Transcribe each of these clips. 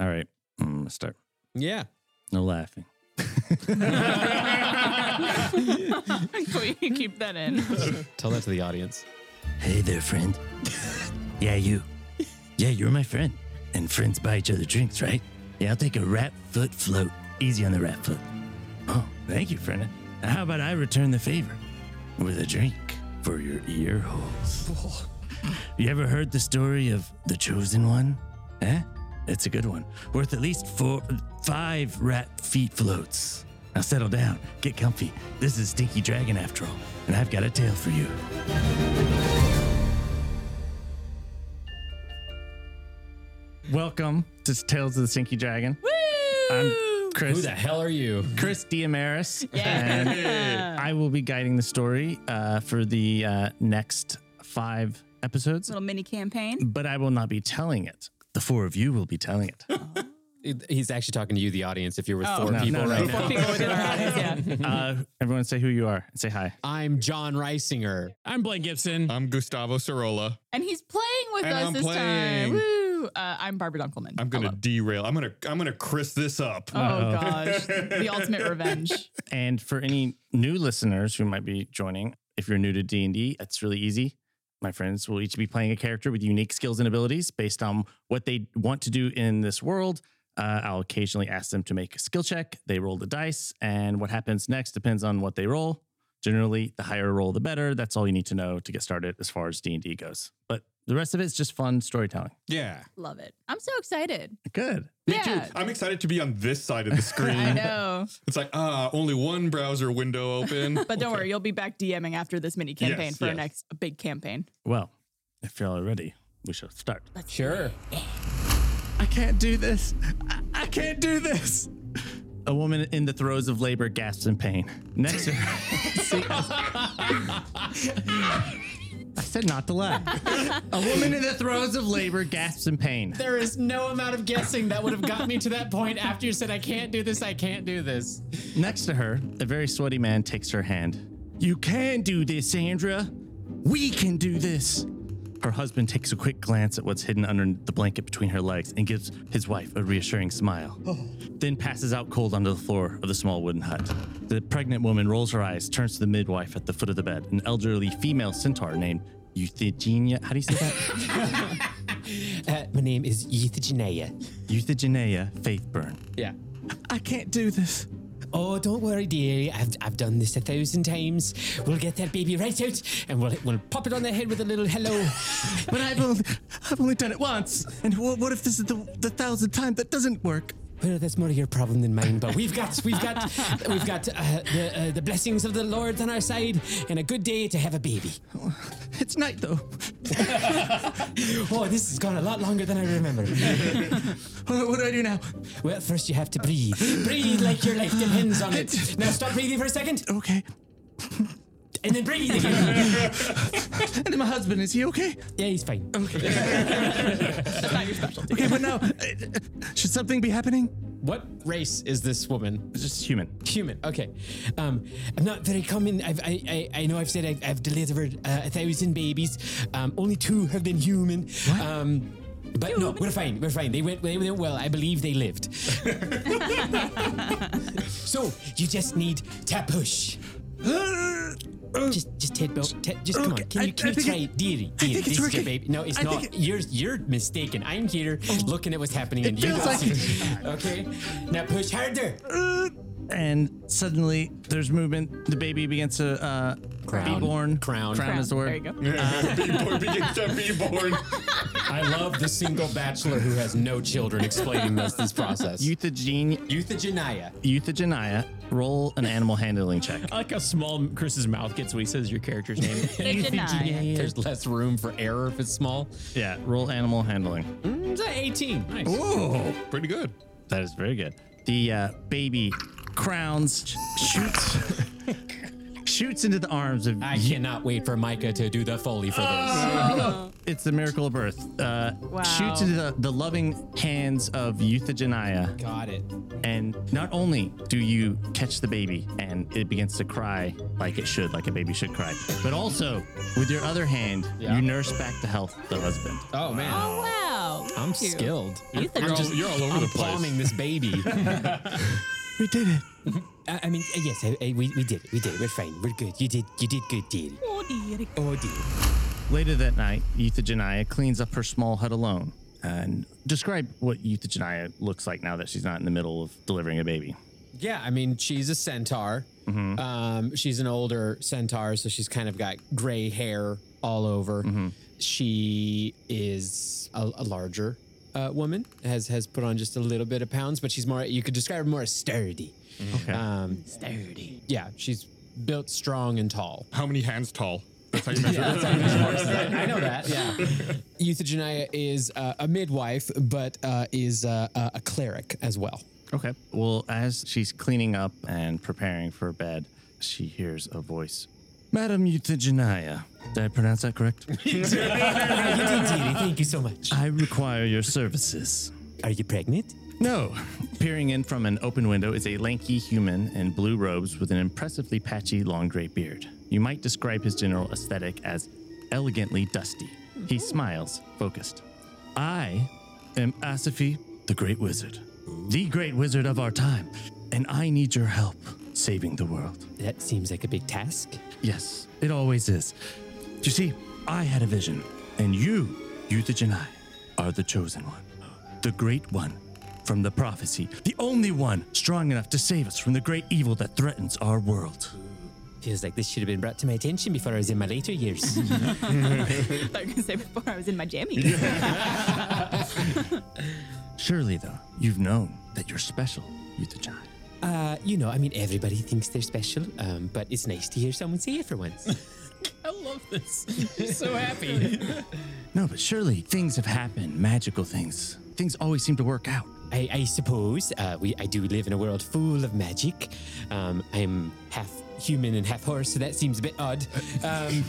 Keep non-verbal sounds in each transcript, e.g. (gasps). All right. I'm going to start. Yeah. No laughing. (laughs) Keep that in. Tell that to the audience. Hey there, (laughs) friend. yeah, you. Yeah, you're my friend. And friends buy each other drinks, right? Yeah, I'll take a rat foot float. Easy on the rat foot. Oh, thank you, friend. How about I return the favor with a drink for your ear holes? you ever heard the story of the chosen one? Eh? It's a good one. Worth at least four, five rat feet floats. Now settle down, get comfy. This is Stinky Dragon after all, and I've got a tale for you. Welcome to Tales of the Stinky Dragon. I'm Who Chris. the hell are you? Chris Diamaris. Yeah. And I will be guiding the story uh, for the uh, next five episodes, Little mini campaign. but I will not be telling it. The four of you will be telling it. It- He's actually talking to you, the audience, if you're with Oh. four No, people no, no. right (laughs) Four now. people within our eyes, yeah. uh, everyone say who you are and say hi. I'm John Reisinger. I'm Blaine Gibson. I'm Gustavo Sorolla. (laughs) And he's playing with And us I'm this time. playing. Woo! Uh, I'm Barbara Dunkelman. I'm gonna Hello. derail. I'm gonna I'm gonna Chris this up. Oh gosh, the ultimate revenge. And for any new listeners who might be joining, if you're new to D&D, it's really easy. My friends will each be playing a character with unique skills and abilities based on what they want to do in this world. Uh, I'll occasionally ask them to make a skill check. They roll the dice, and what happens next depends on what they roll. Generally, the higher roll, the better. That's all you need to know to get started as far as D&D goes. But the rest of it is just fun storytelling. Yeah. Love it. I'm so excited. Good. Me yeah. too. I'm excited to be on this side (laughs) of the I screen. know. it's like, ah, only one browser window (laughs) open. (laughs) But don't worry, you'll be back DMing after this mini campaign Yes, for our yes. next big campaign. Well, if y'all are ready, we shall start. Sure. I can't do this. I, I can't do this. A woman in the throes of labor gasps in pain. Next to her. See- I said not to laugh. A woman in the throes of labor gasps in pain. There is no amount of guessing that would have got me to that point after you said, I can't do this, I can't do this. Next to her, a very sweaty man takes her hand. You can do this, Sandra. We can do this. Her husband takes a quick glance at what's hidden under the blanket between her legs and gives his wife a reassuring smile. Then passes out cold onto the floor of the small wooden hut. The pregnant woman rolls her eyes, turns to the midwife at the foot of the bed, an elderly female centaur named Euthygenia. How do you say (laughs) that? Uh, my name is Euthygenia. Euthygenia Faithburn. Yeah. I can't do this. Oh, don't worry, dearie. I've, I've done this a thousand times. We'll get that baby right out and we'll, we'll pop it on the head with a little hello. But I've only, I've only done it once. And what, what if this is the, the thousandth time that doesn't work? Well, that's more your problem than mine. But we've got, we've got, we've got uh, the, uh, the blessings of the Lord on our side, and a good day to have a baby. It's night though. Oh, this has gone a lot longer than I remember. What, what do I do now? Well, first you have to breathe. breathe like your life depends on it. Now stop breathing for a second, Okay. and then breathe again. And then my husband, is he okay? yeah, he's fine. Um, That's not (laughs) your specialty. Okay, but now, uh, should something be happening? What race is this woman? It's just human. Human. Okay. Um, I'm not very common. I've, I, I I know I've said I've, I've delivered uh, a thousand babies. Um, only two have been human. Um, but no, we're fine. We're fine. They went. They went well. I believe (laughs) they lived. so you just need to push. Just, just Ted, Bo, Ted just come on. Okay, Can I- you, can I you think try, it- dearie? I dearie, think it's this is your working. baby. No, it's I not. think it- Oh. you're, you're mistaken. I'm here looking at what's happening, and you feels don't like see it. Okay, now push harder. And suddenly, there's movement. The baby begins to uh, Crown. be born. Crown. Crown is the There you word. go. (laughs) be born, begin to be born. I love the single bachelor who has no children explaining this, this process. Euthygenia, Euthygenia. Euthygenia, roll an animal handling check. I like how small Chris's mouth gets when he says your character's name. (laughs) (laughs) They deny. There's less room for error if it's small. Yeah, roll animal handling. It's a 18. Nice. Ooh. Pretty good. That is very good. The uh, baby crowns shoots (laughs) shoots into the arms of. I cannot wait for Micah to do the foley for this. Uh. It's the miracle of birth. Uh, Wow. Shoots into the, the loving hands of Euthygenia, Got it. and not only do you catch the baby and it begins to cry like it should, like a baby should cry, but also with your other hand Yeah. you nurse back to health the husband. Oh man. Wow. I'm you. skilled. Ethan, You're, all, you're all over the I'm place. palming this (laughs) baby. We did it. (laughs) I, I mean, uh, yes, I, I, we, we did it. We did it. We're fine. We're good. You did. You did good, deal. Oh, dear. Oh dear. Later that night, Euthogenia cleans up her small hut alone. And describe what Euthogenia looks like now that she's not in the middle of delivering a baby. Yeah, I mean, she's a centaur. Um, she's an older centaur, so she's kind of got gray hair all over. She is a, a larger uh, woman. Has has put on just a little bit of pounds, but she's more. You could describe her more as sturdy. Okay. Um, Sturdy. yeah, she's built strong and tall. How many hands tall? That's how you measure it. (laughs) I know that. (laughs) Yeah. Euthogenia is uh, a midwife, but uh, is uh, a a cleric as well. Okay. Well, as she's cleaning up and preparing for bed, she hears a voice. Madam Euthogenia. Did I pronounce that correct? Thank you so much. I require your services. Uh, Are you pregnant? No. Peering in from an open window is a lanky human in blue robes with an impressively patchy long gray beard. You might describe his general aesthetic as elegantly dusty. He smiles, focused. I am Asaphi, the Great Wizard, the Great Wizard of our time, and I need your help saving the world. That seems like a big task. Yes, it always is. You see, I had a vision, and you, Euthygeni, are the chosen one, the great one from the prophecy, the only one strong enough to save us from the great evil that threatens our world. Feels like this should have been brought to my attention before I was in my later years. I thought you were going to say before I was in my jammies. (laughs) Surely, though, you've known that you're special, Euthygeni. uh, you know, I mean, everybody thinks they're special, um, but it's nice to hear someone say it for once. I love this. I'm so happy. No, but surely things have happened, magical things. Things always seem to work out. I, I suppose uh, we I do live in a world full of magic. Um, I'm half human and half horse, so that seems a bit odd. Um,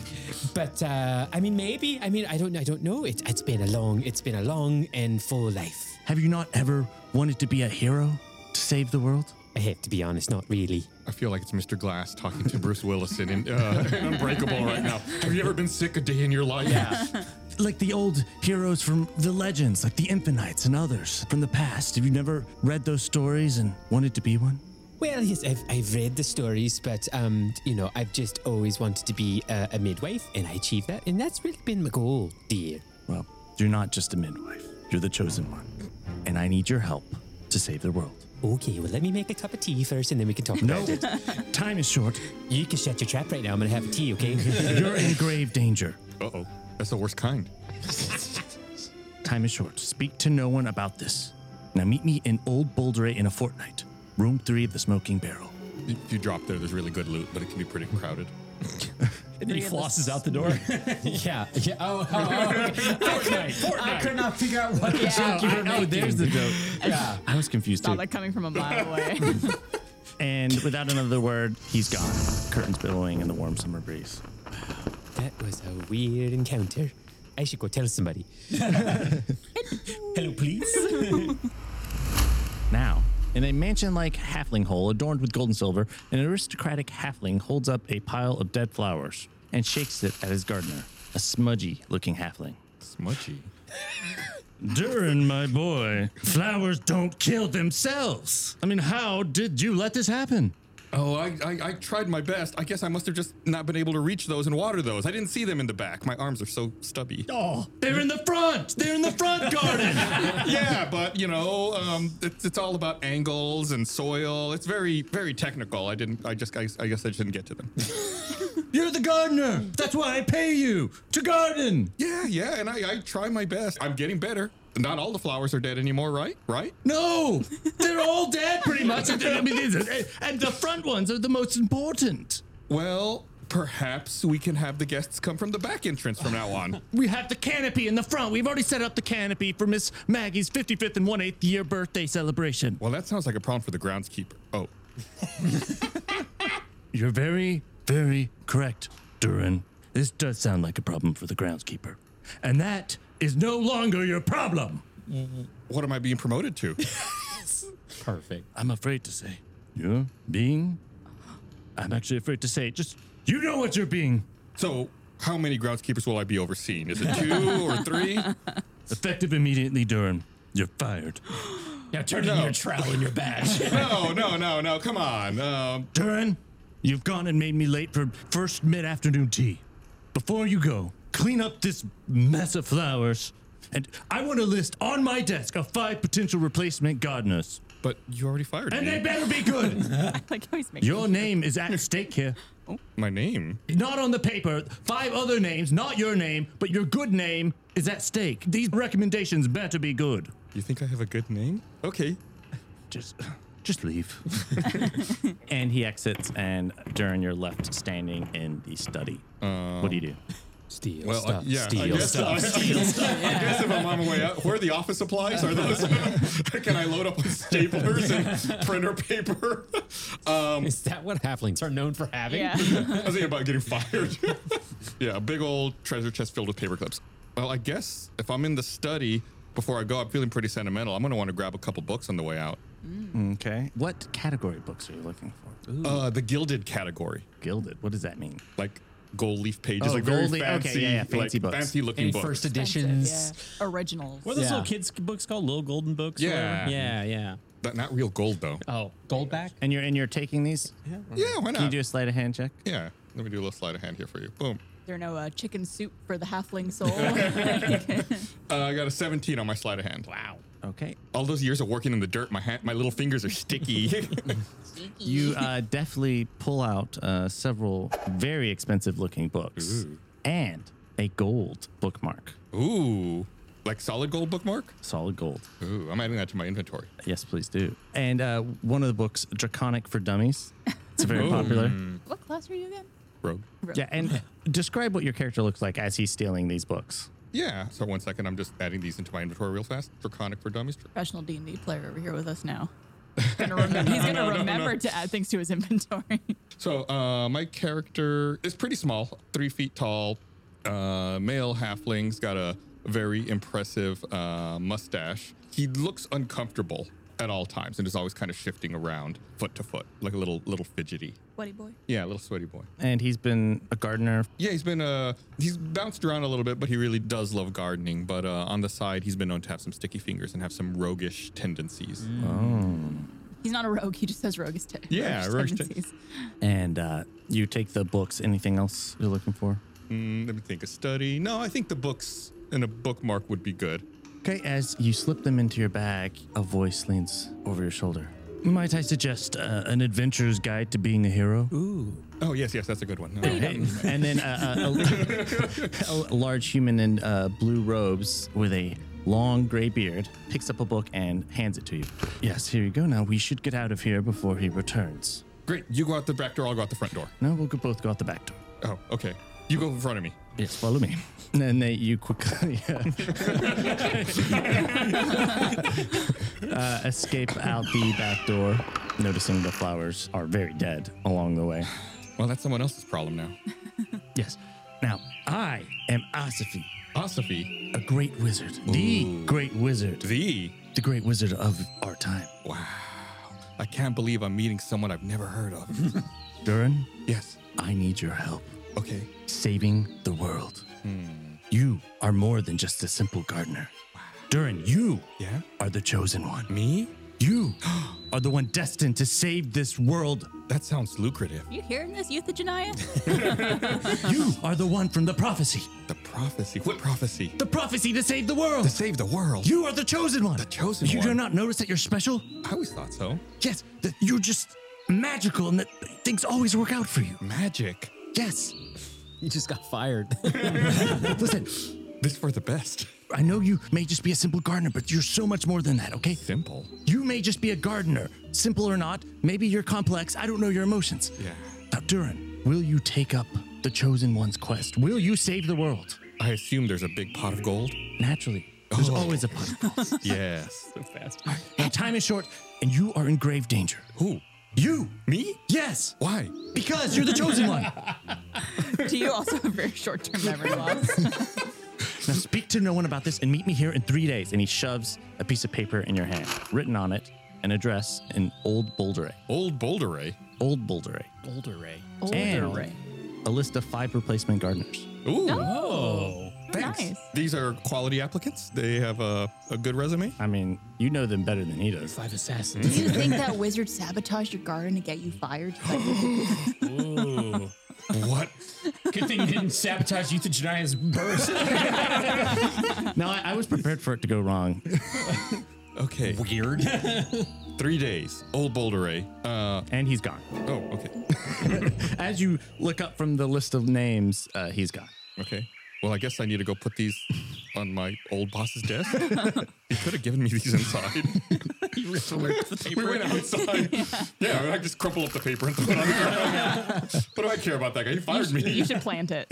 but uh, I mean, maybe. I mean, I don't. I don't know. It, it's been a long. It's been a long and full life. Have you not ever wanted to be a hero to save the world? I have to be honest. Not really. I feel like it's Mr. Glass talking to Bruce Willison in, uh, (laughs) in Unbreakable right now. Have you ever been sick a day in your life? Yeah. like the old heroes from the legends, like the Infinites and others from the past. Have you never read those stories and wanted to be one? Well, yes, I've, I've read the stories, but um, you know, I've just always wanted to be a, a midwife, and I achieved that, and that's really been my goal, dear. Well, you're not just a midwife, you're the chosen one. And I need your help to save the world. Okay, well, let me make a cup of tea first, and then we can talk No, about (laughs) it. time is short. You can shut your trap right now. I'm gonna have a tea, okay? (laughs) You're in grave danger. Uh oh. That's the worst kind. Time is short. Speak to no one about this. Now meet me in Old Boulder in a fortnight, room three of the Smoking Barrel. If you drop there, there's really good loot, but it can be pretty crowded. And then he Three of us. flosses out the door. Yeah. yeah. Oh, oh, oh, okay. I could not figure out what the joke you were Oh, making. there's the joke. yeah. (laughs) I was confused too. Not like coming from a mile away. (laughs) And without another word, he's gone. Curtains billowing in the warm summer breeze. That was a weird encounter. I should go tell somebody. (laughs) Hello, please. Now, in a mansion like halfling hole adorned with gold and silver, an aristocratic halfling holds up a pile of dead flowers and shakes it at his gardener, a smudgy looking halfling. Smudgy. Durin, my boy, flowers don't kill themselves. I mean, how did you let this happen? Oh, I, I, I tried my best. I guess I must have just not been able to reach those and water those. I didn't see them in the back. My arms are so stubby. Oh, they're in the front. They're in the (laughs) front garden. (laughs) yeah, but you know, um, it's, it's all about angles and soil. It's very, very technical. I didn't. I just. I, I guess I just didn't get to them. (laughs) You're the gardener. That's why I pay you to garden. yeah, yeah, and I, I try my best. I'm getting better. Not all the flowers are dead anymore, right? Right? No, they're all dead pretty much. (laughs) I mean, these are- and the front ones are the most important. Well, perhaps we can have the guests come from the back entrance from now on. We have the canopy in the front. We've already set up the canopy for Miss Maggie's 55th and 1 8th year birthday celebration. well, that sounds like a problem for the groundskeeper. Oh, You're very, very correct, Durin. This does sound like a problem for the groundskeeper. And that is no longer your problem, what am I being promoted to? Perfect. I'm afraid to say. You're being? I'm actually afraid to say. it. Just, you know what you're being. so, how many groundskeepers will I be overseeing? Is it two or three? Effective immediately, Durham. You're (gasps) fired. Now turn in No. your trowel and (laughs) your badge. No, no, no, no. Come on. Um, Duran, you've gone and made me late for first mid afternoon tea. Before you go, clean up this mess of flowers. And I want a list on my desk of five potential replacement gardeners. but you already fired And me. they better be good. like always make Your name is at stake here. My name. Not on the paper. Five other names, not your name, but your good name is at stake. These recommendations better be good. You think I have a good name? Okay. Just just leave. (laughs) and he exits, and Durin, you're left standing in the study. Uh, what do you do? Steal Well, uh, stuff. yeah. I steal guess, stuff. I, guess if I'm on my way out, where are the office supplies? Are those? (laughs) can I load up on staplers and printer paper? (laughs) Um, (laughs) Is that what halflings are known for having? (laughs) Yeah. I was thinking about getting fired. (laughs) yeah, a big old treasure chest filled with paper clips. Well, I guess if I'm in the study before I go, I'm feeling pretty sentimental. I'm gonna want to grab a couple books on the way out. Okay. What category books are you looking for? Uh, the gilded category, Gilded. What does that mean? like gold leaf pages, Oh, like gold very leaf- okay, fancy, yeah, yeah, fancy like, books. fancy looking Any books. first Yeah. editions? Originals. What are those Yeah. little kids' books called? Little golden books? or Yeah. whatever? Yeah, yeah. But not real gold though. Oh, Goldback? And you're and you're taking these? yeah, why Can you not? do a sleight of hand check? yeah, let me do a little sleight of hand here for you. Boom. There are no uh, chicken soup for the halfling soul. Uh, I got a 17 on my sleight of hand. wow. Okay. All those years of working in the dirt, my hand, my little fingers are sticky. You uh, definitely pull out uh, several very expensive looking books and a gold bookmark, Ooh, like solid gold bookmark. solid gold. Ooh, I'm adding that to my inventory. Yes, please do. And uh, one of the books, Draconic for Dummies. It's very popular. what class are you again? Rogue. Yeah, and describe what your character looks like as he's stealing these books. Yeah. So one second, I'm just adding these into my inventory real fast. Draconic for dummies. Professional D and D player over here with us now. Gonna remember, (laughs) he's gonna remember to add things to his inventory. So uh, my character is pretty small, three feet tall, uh, male halfling's got a very impressive uh, mustache. He looks uncomfortable at all times and is always kind of shifting around foot to foot, like a little little fidgety. Sweaty boy. Yeah, a little sweaty boy. And he's been a gardener. Yeah, he's been uh he's bounced around a little bit, but he really does love gardening. But uh, on the side, he's been known to have some sticky fingers and have some roguish tendencies. Uh-huh. He's not a rogue. He just has roguish te- Yeah, roguish roguish te- tendencies. And uh, you take the books. Anything else you're looking for? Mm, let me think. A study? No, I think the books and a bookmark would be good. Okay, as you slip them into your bag, a voice leans over your shoulder. Might I suggest uh, an adventurer's guide to being a hero? Oh yes, yes, that's a good one. No. Hey, and then uh, a, (laughs) a, a large human in uh, blue robes with a long gray beard picks up a book and hands it to you. Yes, here you go. Now we should get out of here before he returns. Great. You go out the back door. I'll go out the front door. No, we'll go- both go out the back door. Oh, okay. You go in front of me. Yes, follow me. And then they, you (laughs) quickly uh, uh, escape out the back door, noticing the flowers are very dead along the way. Well, that's someone else's problem now. Yes. Now, I am Asophi, Ah, Osophy. a great wizard, the great wizard, The. the great wizard of our time. Wow. I can't believe I'm meeting someone I've never heard of. Durin, yes. I need your help Okay. saving the world. Hmm. You are more than just a simple gardener. Durin, you Yeah. are the chosen one. Me? You are the one destined to save this world. That sounds lucrative. You hearing this, Euthagenia? You Uh-huh. are the one from the prophecy. The prophecy. What prophecy? The prophecy to save the world. To save the world. You are the chosen one. The chosen you You do one. not notice that you're special? I always thought so. Yes, that you're just magical and that things always work out for you. Magic. Yes. You just got fired. Listen, This for the best. I know you may just be a simple gardener, but you're so much more than that, okay? Simple. You may just be a gardener, simple or not. Maybe you're complex. I don't know your emotions. Yeah. Now, Durin, will you take up the chosen one's quest? Will you save the world? I assume there's a big pot of gold. Naturally. There's Oh. always a pot. yes. So fast. Now, time is short, and you are in grave danger. Who? You! Me? Yes! Why? Because you're the chosen one! Do you also have very short-term memory loss? Now speak to no one about this and meet me here in three days. And he shoves a piece of paper in your hand, written on it, an address in Old Boulderay. Old Boulderay. Old Boulderay. Boulder Ray. And a list of five replacement gardeners. Ooh. Oh. Thanks. nice. These are quality applicants. They have a, a good resume. I mean, you know them better than he (laughs) does. (laughs) Five assassins. Do you think that wizard sabotaged your garden to get you (laughs) fired? Ooh. What? Good thing you didn't sabotage Youth of Jediah's (laughs) burst. No, I, I was prepared for it to go wrong. Okay. Weird. (laughs) Three days. Old Boulder A. Uh, And he's gone. oh, okay. As you look up from the list of names, uh, he's gone. Okay. Well, I guess I need to go put these on my old boss's desk. he could have given me these inside. (laughs) we went outside. Yeah, I just crumple up the paper and throw it on the ground. (laughs) what do I care about that guy? He fired me. You should plant it.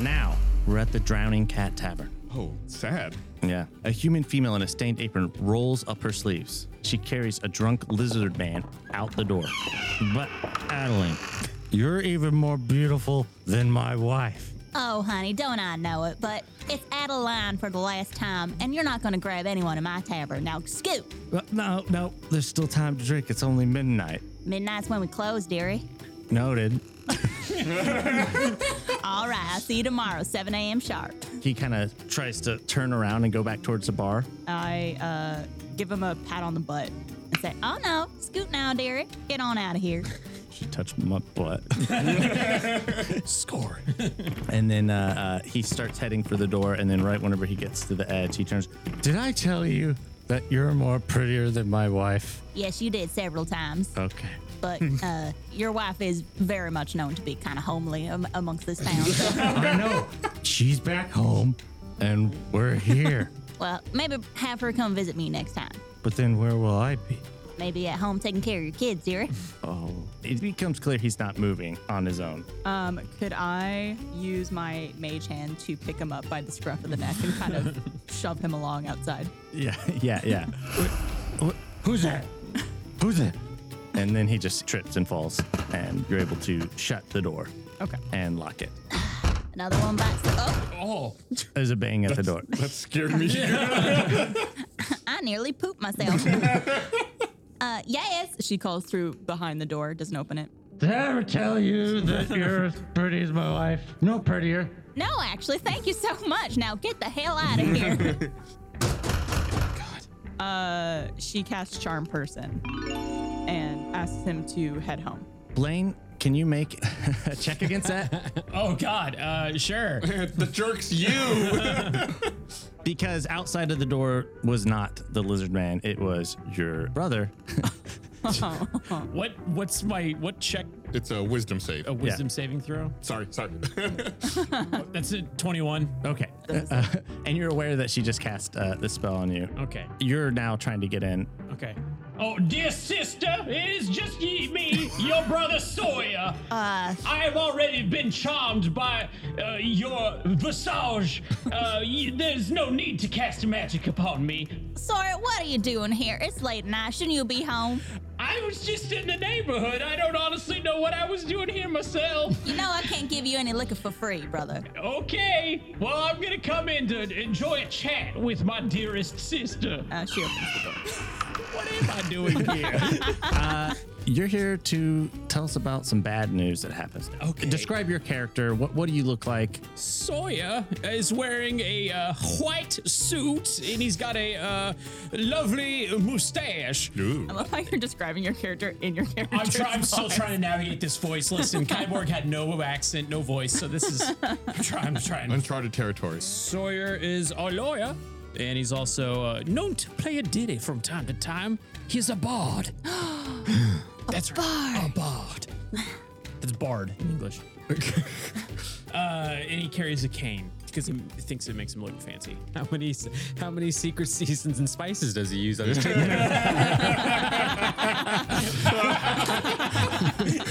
Now we're at the Drowning Cat Tavern. Oh, sad. Yeah. A human female in a stained apron rolls up her sleeves. She carries a drunk lizard man out the door. But, Adeline, you're even more beautiful than my wife. oh, honey, don't I know it? But it's Adeline for the last time, and you're not going to grab anyone in my tavern. Now, scoot. Uh, Well, no, no, there's still time to drink. It's only midnight. Midnight's when we close, dearie. Noted. All right, I'll see you tomorrow, 7 a.m. sharp. He kind of tries to turn around and go back towards the bar. I uh, give him a pat on the butt. And say, oh no, scoot now, dearie. Get on out of here. She touched my butt. Score. And then uh, uh, he starts heading for the door. And then, right whenever he gets to the edge, he turns. Did I tell you that you're more prettier than my wife? Yes, you did several times, Okay. (laughs) but uh, your wife is very much known to be kind of homely am- amongst this town. (laughs) (laughs) So, I know. She's back home, and we're (laughs) here. well, maybe have her come visit me next time. but then where will I be? Maybe at home taking care of your kids, dearie. It becomes clear he's not moving on his own. Um, could I use my mage hand to pick him up by the scruff of the neck and kind of shove him along outside? Yeah, (laughs) yeah, yeah. Who's that? Who's that? and then he just trips and falls. And you're able to shut the door Okay. and lock it. Another one bites the. Oh, Oh, There's a bang at the door. that scared me. Oh, I nearly pooped myself. uh, yes. She calls through behind the door, doesn't open it. Did I ever tell you that you're as pretty as my wife? No prettier. No, actually, thank you so much. Now get the hell out of here. (laughs) Uh, she casts Charm Person and asks him to head home. Blaine, can you make a check against (laughs) that? Oh, God. Uh, sure. (laughs) the jerk's you. (laughs) Because outside of the door was not the lizard man, it was your (laughs) brother. What? What's my what check? It's a wisdom save. A wisdom saving throw? Oh, Sorry, (laughs) sorry. That's a twenty-one. Okay. Uh, and you're aware that she just cast uh, the spell on you. Okay. You're now trying to get in. Okay. Oh, dear sister, it is just ye, me, your brother Sawyer. Uh, I have already been charmed by uh, your visage. Uh, y- there's no need to cast magic upon me. sorry, what are you doing here? It's late night. Shouldn't you be home? I was just in the neighborhood. I don't honestly know what I was doing here myself. You know I can't give you any liquor for free, brother. Okay, well, I'm gonna come in to enjoy a chat with my dearest sister. Uh, she opens the door. What am I doing here? You're here to tell us about some bad news that happens. Okay. Describe your character. What what do you look like? Sawyer is wearing a uh, white suit and he's got a uh, lovely mustache. Ooh. I love how you're describing your character in your character. I'm, try- I'm still trying to navigate this voice. Listen, Kyborg had no accent, no voice, so this is. I'm trying. I'm trying. Uncharted territory. Sawyer is a lawyer, and he's also uh, known to play a ditty from time to time. He's a bard. That's right. A bard. That's bard in English. (laughs) uh, and he carries a cane because he thinks it makes him look fancy. (laughs) how many how many secret seasons and spices does he use? I'm just checking. (laughs)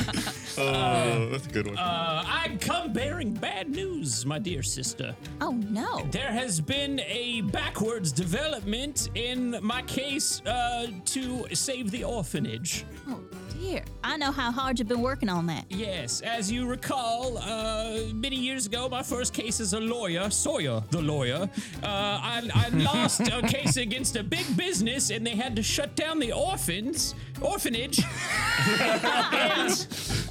Oh, that's a good one. Uh, I come bearing bad news, my dear sister. Oh no. There has been a backwards development in my case uh, to save the orphanage. Oh dear. I know how hard you've been working on that. Yes, as you recall, uh, many years ago, my first case as a lawyer, Sawyer, the lawyer, uh, I, I lost a case against a big business, and they had to shut down the orphans orphanage. and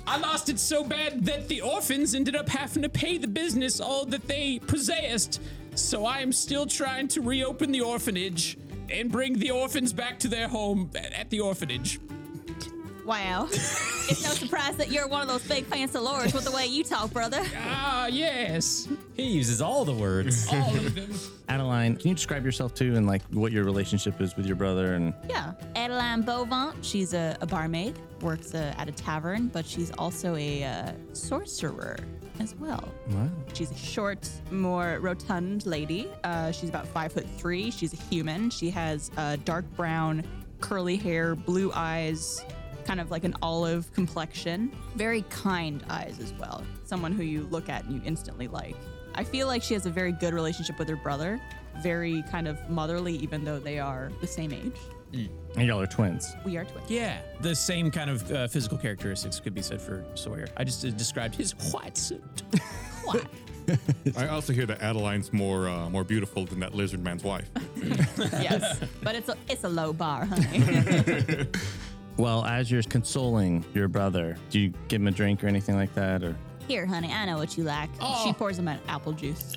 I lost it so bad that the orphans ended up having to pay the business all that they possessed. So I am still trying to reopen the orphanage and bring the orphans back to their home a- at the orphanage. (laughs) Wow. it's no surprise that you're one of those big fancy lords with the way you talk, brother. Ah, yes. He uses all the (laughs) words. All of them. Adeline, can you describe yourself too and like what your relationship is with your brother and Yeah. Adeline Beauvant, she's a, a barmaid, works uh, at a tavern, but she's also a uh, sorcerer as well. Wow. She's a short, more rotund lady. Uh, she's about five foot three. She's a human. She has uh, dark brown, curly hair, blue eyes, kind of like an olive complexion. Very kind eyes as well. Someone who you look at and you instantly like. I feel like she has a very good relationship with her brother, very kind of motherly, even though they are the same age. and y'all are twins? We are twins. Yeah, the same kind of uh, physical characteristics could be said for Sawyer. I just uh, described his white suit. I also hear that Adeline's more uh, more beautiful than that lizard man's wife. (laughs) yes, but it's a, it's a low bar, (laughs) honey. Well, as you're consoling your brother, do you give him a drink or anything like that or Here, honey, I know what you like. Oh. She pours him an (laughs) apple juice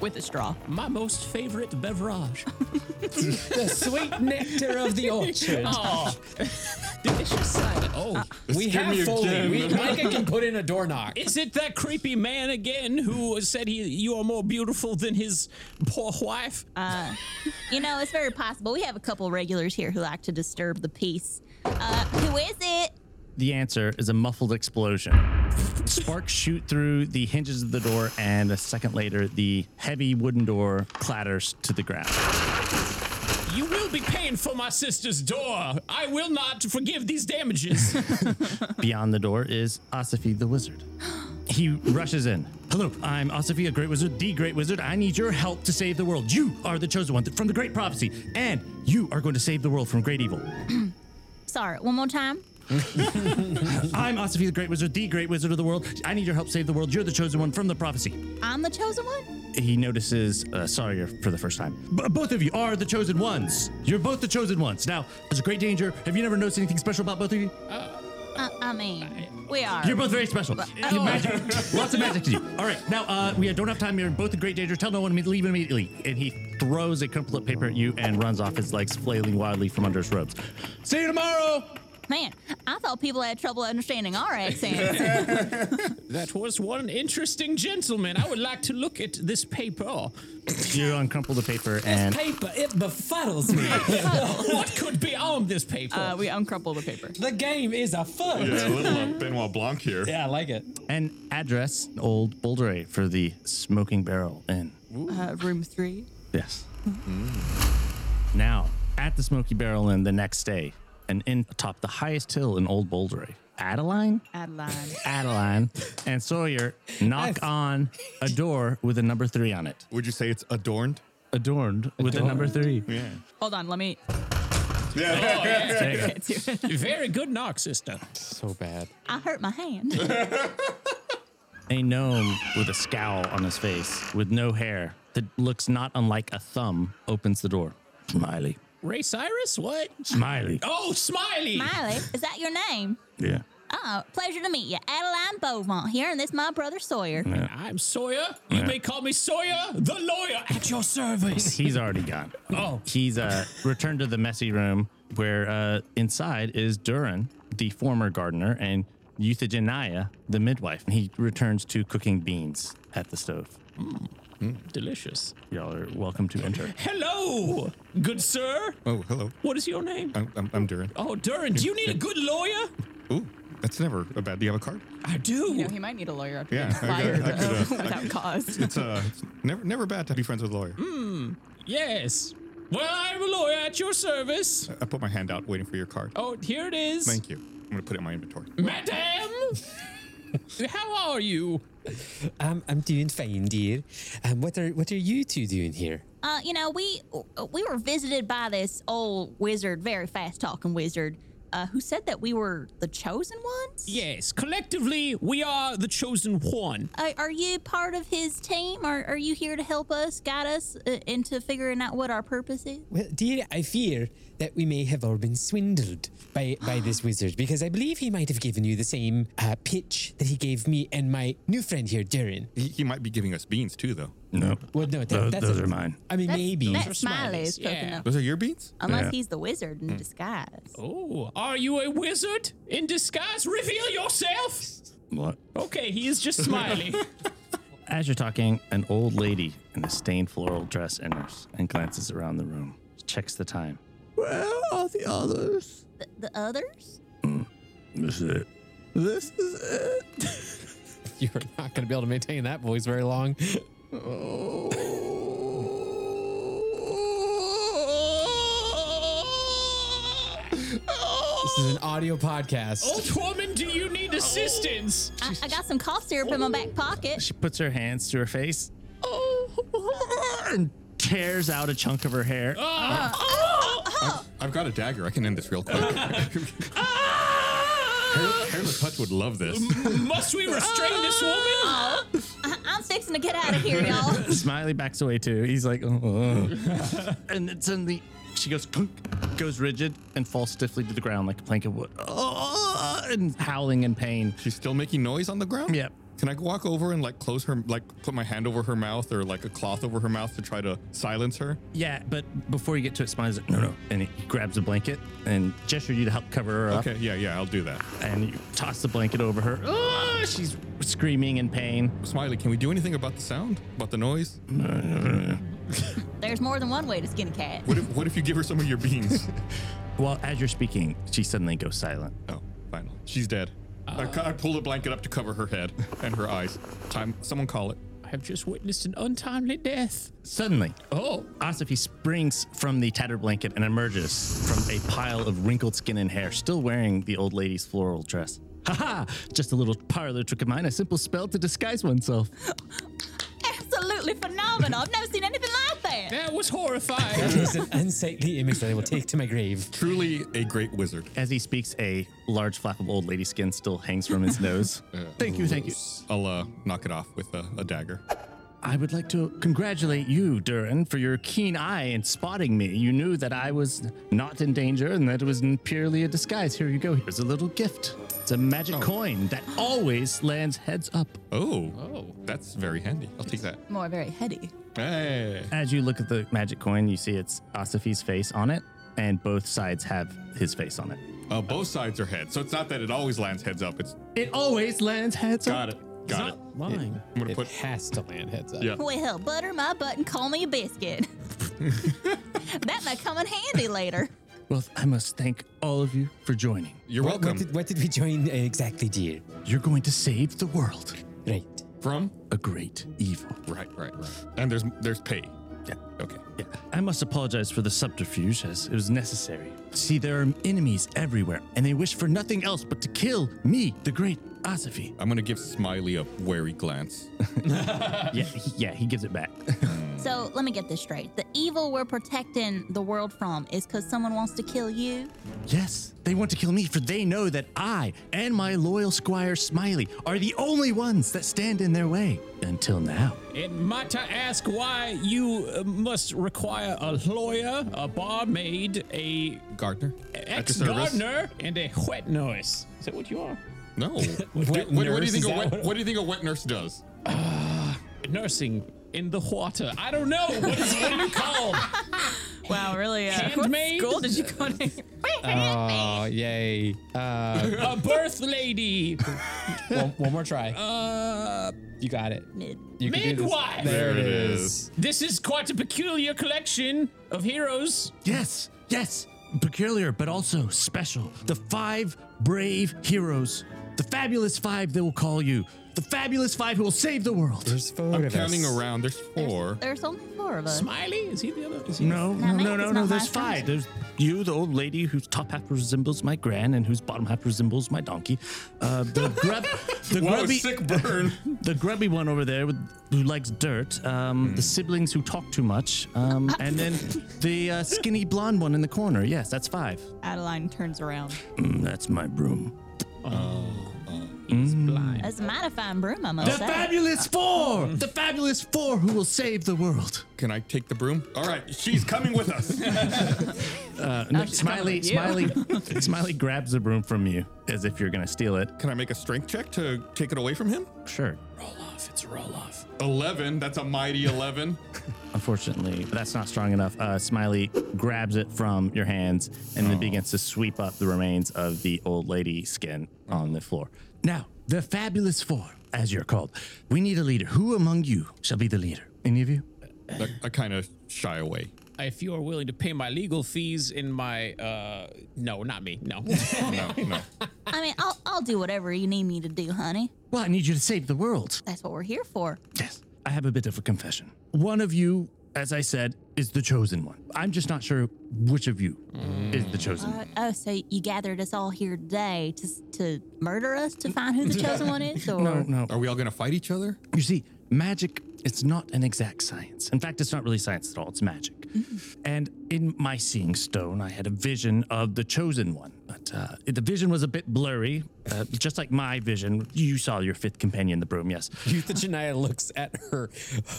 with a straw. (laughs) My most favorite beverage. the sweet nectar of the orchard. Oh, delicious cider. Oh, we give have me Foley. again. We, Micah can put in a door (laughs) knock. is it that creepy man again who said he you are more beautiful than his poor wife? You know, it's very possible. We have a couple regulars here who like to disturb the peace. Uh, who is it? The answer is a muffled explosion. Sparks shoot through the hinges of the door, and a second later, the heavy wooden door clatters to the ground. you will be paying for my sister's door. I will not forgive these damages. Beyond the door is Asafi the wizard. He rushes in. Hello, I'm Asafi, a great wizard, the great wizard. I need your help to save the world. You are the chosen one from the great prophecy, and you are going to save the world from great evil. Sorry, one more time. I'm Asafi, the great wizard, the great wizard of the world. I need your help save the world. You're the chosen one from the prophecy. I'm the chosen one? he notices uh, Sawyer for the first time. B- both of you are the chosen ones. You're both the chosen ones. Now, there's a great danger. Have you never noticed anything special about both of you? I, Uh, I mean, we are. You're both very special. You magic, lots of magic to you. All right, now uh, we don't have time. You're both in great danger. Tell no one. imme- Leave immediately. And he throws a crumpled up paper at you and runs off, his legs flailing wildly from under his robes. See you tomorrow. Man, I thought people had trouble understanding (laughs) our accents. that was one interesting gentleman. I would like to look at this paper. You uncrumple the paper This and paper, it (laughs) befuddles me. what could be on this paper? Uh, we uncrumple the paper. the game is a fun. Yeah, a little uh, Benoit Blanc here. Yeah, I like it. an address, old Boulder for the Smoking Barrel Inn. Uh, room three. Yes. Now, at the Smoky Barrel Inn the next day, and in atop the highest hill in Old Boulder, Adeline, Adeline. Adeline, and Sawyer knock on a door with a number three on it, Would you say it's adorned? adorned with a number three. Yeah. Hold on, let me get to it. Very good knock, sister. So bad. I hurt my hand. (laughs) A gnome with a scowl on his face, with no hair, that looks not unlike a thumb, opens the door. Smiley. Ray Cyrus? What? Smiley. Oh, Smiley! Miley, is that your name? Yeah. Oh, pleasure to meet you. Adeline Beaumont here, and this my brother Sawyer. I'm Sawyer. You may call me Sawyer, the lawyer, at (laughs) your service. He's already gone. Oh. He's uh, returned to the messy room where uh, inside is Durin, the former gardener, and Euthygenia, the midwife. And he returns to cooking beans at the stove. Delicious. Y'all are welcome to enter. Hello, good sir. (laughs) Oh, hello. What is your name? I'm, I'm, I'm Durin. Oh, Durin, do you need a good lawyer? Ooh, that's never a bad. Do you have a card? I You know, do. he might need a lawyer after Yeah, yeah, I fired got- I (laughs) could, uh, uh, I without cause. It's uh, it's never never bad to be friends with a lawyer. Mm. Yes. Well, I'm a lawyer at your service. I put my hand out, waiting for your card. Oh, here it is. Thank you. I'm gonna put it in my inventory. Madam! How are you? Um, I'm doing fine, dear. Um, what are what are you two doing here? Uh, you know, we we were visited by this old wizard, very fast talking wizard. uh, who said that we were the chosen ones. Yes, collectively, we are the chosen one. Uh, are you part of his team? Are, are you here to help us, guide us uh, into figuring out what our purpose is? Well, dear, I fear that we may have all been swindled by, by this wizard because I believe he might have given you the same uh, pitch that he gave me and my new friend here, Durin. He, he might be giving us beans too, though. Nope. Well, no, that, Those- that's those a- are mine. I mean, maybe. (laughs) That's Smiley's smileys, yeah. cooking up. Those are your beans? Unless Yeah. he's the wizard Hmm. in disguise. Oh, are you a wizard in disguise? Reveal yourself. What? Okay, he is just smiling. As you're talking, an old lady in a stained floral dress enters and glances around the room. Checks the time. Where are the others? The, the others? This is it. This is it. You're not going to be able to maintain that voice very long. This is an audio podcast. Oh. Old woman, do you need assistance? I, I got some cough syrup in my back pocket. She puts her hands to her face and tears out a chunk of her hair. I've got a dagger. I can end this real quick. Hair- Hairless Hutch would love this. Ah! Must we restrain this woman? I, I'm fixing to get out of here, y'all. (laughs) Smiley backs away too. He's like, "Oh, oh." (laughs) and then suddenly she goes, "Punk," goes rigid and falls stiffly to the ground like a plank of wood, "Oh," and howling in pain. She's still making noise on the ground? Yep. Can I walk over and like close her, like put my hand over her mouth or like a cloth over her mouth to try to silence her? Yeah, but before you get to it, Smiley's like, no, no. And he grabs a blanket and gestures you to help cover her up. Okay, yeah, yeah, I'll do that. And you toss the blanket over her. "Oh," she's screaming in pain. Smiley, can we do anything about the sound? About the noise? There's more than one way to skin a cat. What if, what if you give her some of your beans? Well, as you're speaking, she suddenly goes silent. oh, finally. She's dead. I, cu- I pulled a blanket up to cover her head and her eyes. Time, someone call it. I have just witnessed an untimely death. Suddenly, Oh, Asafi springs from the tattered blanket and emerges from a pile of wrinkled skin and hair, still wearing the old lady's floral dress. Haha! Just a little parlor trick of mine, a simple spell to disguise oneself. Absolutely phenomenal. I've never seen anything like that. that was horrifying. That is an unsightly image that I will take to my grave. Truly a great wizard. As he speaks, a large flap of old lady skin still hangs from his nose. thank you, thank you. I'll uh, knock it off with a, a dagger. I would like to congratulate you, Durin, for your keen eye in spotting me. You knew that I was not in danger and that it was purely a disguise. Here you go. Here's a little gift. It's a magic coin that always lands heads up. Oh, that's very handy. I'll take that. More very heady. Hey. As you look at the magic coin, you see it's Asafi's face on it, and both sides have his face on it. Uh, both sides are heads, so it's not that it always lands heads up. It's It always lands heads got up. it, got it. Mine. I'm gonna It put has to land heads up. Yeah. Well, butter my butt and call me a biscuit. (laughs) that might come in handy later. Well, I must thank all of you for joining. You're What, welcome. what, did, what did we join uh, exactly, dear? You're going to save the world. Right. From A great evil. right, right, right. And there's there's pay. Yeah. Okay. Yeah, I must apologize for the subterfuge as it was necessary. See, there are enemies everywhere, and they wish for nothing else but to kill me, the great Asafi. I'm gonna give Smiley a wary glance. Uh, yeah, he- yeah, he gives it back. So let me get this straight. The evil we're protecting the world from is because someone wants to kill you. yes, they want to kill me, for they know that I and my loyal squire Smiley are the only ones that stand in their way. Until now. and might I ask why you uh, must require a lawyer, a barmaid, a Gardner. At your service. ex-gardener, and a wet nurse? Is that what you are? No. Dude, (laughs) what, Wet what do nurse, you think is a that wet, what- what do you think a wet nurse does? Nursing in the water. I don't know. What is what are you called? Wow, really? Uh, Handmaid? What school did you (laughs) go to? Oh, yay. Uh, A birth lady. one, one more (laughs) try. Uh, You got it. Mid- You can do this. Midwife. There it There it is. this is quite a peculiar collection of heroes. Yes, yes, peculiar, but also special. The five brave heroes. The fabulous five, they will call you. The fabulous five who will save the world. There's four I'm of counting us. (laughs) around. There's four. There's only four. four of us. Smiley? Is he the other? Is he No, Not no, me, no, it's no, not no. my There's friend. five. There's you, the old lady whose top half resembles my gran and whose bottom half resembles my donkey. Uh, (laughs) the grub, the Whoa, grubby, sick burn. the grubby one over there with, who likes dirt. Um, The siblings who talk too much, um, and then the uh, skinny blonde one in the corner. Yes, that's five. Adeline turns around. Mm, that's my broom. That's a mighty fine broom, I The must say. fabulous four. The fabulous four who will save the world. (laughs) Can I take the broom? All right, she's coming with us. No, she's coming Uh, smiley, with you. smiley, smiley grabs the broom from you as if you're gonna steal it. (laughs) Can I make a strength check to take it away from him? Sure. roll off? It's a roll off. 11. That's a mighty (laughs) 11. Unfortunately, that's not strong enough. Uh, Smiley grabs it from your hands and then begins to sweep up the remains of the old lady skin on the floor. Now, the fabulous four, as you're called, we need a leader. Who among you shall be the leader? Any of you? I, I kind of shy away. If you are willing to pay my legal fees in my, uh, no, not me, no. No, no. I mean, I'll, I'll do whatever you need me to do, honey. Well, I need you to save the world. That's what we're here for. Yes, I have a bit of a confession. One of you, as I said, is the chosen one. I'm just not sure which of you is the chosen one. Uh, oh, so you gathered us all here today to s- to murder us to find (laughs) who the chosen one is, or No, no. Are we all going to fight each other? You see, magic it's not an exact science. In fact, it's not really science at all, it's magic. And in my seeing stone, I had a vision of the chosen one. But uh, the vision was a bit blurry, uh, just like my vision. You saw your fifth companion, the broom, yes. Euthagenia looks at her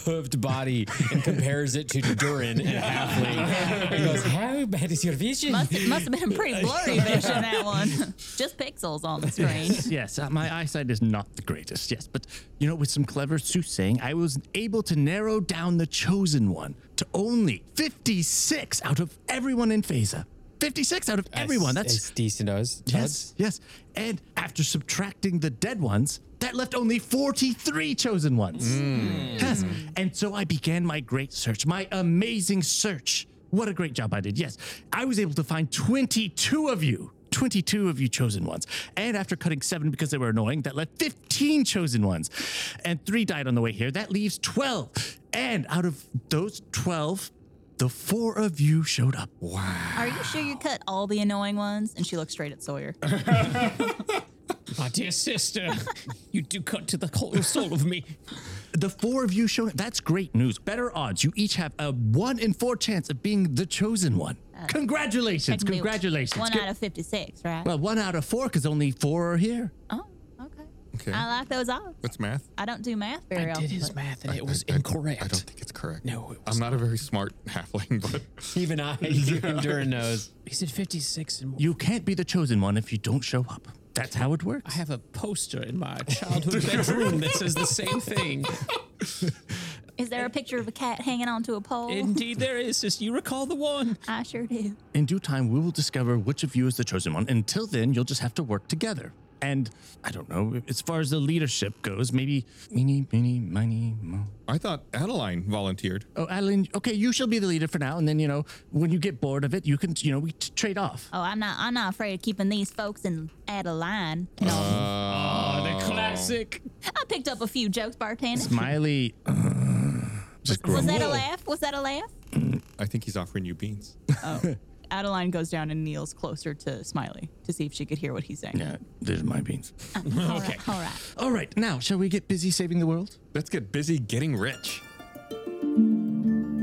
hooved body and compares it to Durin and Halfling. And goes, How bad is your vision? must must have been (laughs) a pretty blurry vision that one. (laughs) Just pixels on the screen. yes, uh, my eyesight is not the greatest, yes. But, you know, with some clever soothsaying, I was able to narrow down the chosen one to only 56 out of everyone in Phasa. 56 out of everyone. That's It's decent odds. Yes, yes. And after subtracting the dead ones, that left only 43 chosen ones. Yes. And so I began my great search, my amazing search. What a great job I did. Yes. I was able to find 22 of you. 22 of you chosen ones. And after cutting seven because they were annoying, that left 15 chosen ones. And three died on the way here. That leaves 12. And out of those 12, the four of you showed up. Are you sure you cut all the annoying ones? And she looks straight at Sawyer. Uh, My dear sister, you do cut to the whole soul of me. the four of you showed That's great news. Better odds. You each have a one in four chance of being the chosen one. congratulations. Technically, Congratulations. One Good- out of 56, right? well, one out of four because only four are here. oh, okay. Okay. I like those odds. That's math. I don't do math very often. Did his but- math and it was I- I- incorrect. I, don't think it's correct. No, it I'm not a very smart (laughs) halfling, but Even I, (laughs) even Durin knows. He said 56 and more. You can't be the chosen one if you don't show up. That's how it works. I have a poster in (laughs) my childhood bedroom that says the same thing. Is there a picture of a cat hanging onto a pole? Indeed, there is. Sister. You recall the one? I sure do. In due time, we will discover which of you is the chosen one. Until then, you'll just have to work together. And I don't know, as far as the leadership goes, maybe meeny, miny, miny, mo. I thought Adeline volunteered. Oh, Adeline, okay, you shall be the leader for now. And then, you know, when you get bored of it, you can, you know, we t- trade off. Oh, I'm not. I'm not afraid of keeping these folks in at a line. No, Oh, the classic. I picked up a few jokes, bartender. Smiley Just Was that a laugh? Was that a laugh? I think he's offering you beans. Adeline goes down and kneels closer to Smiley to see if she could hear what he's saying. Yeah, there's Uh, my beans. Oh, All right. All right. All right, now, shall we get busy saving the world? (laughs) Let's get busy getting rich.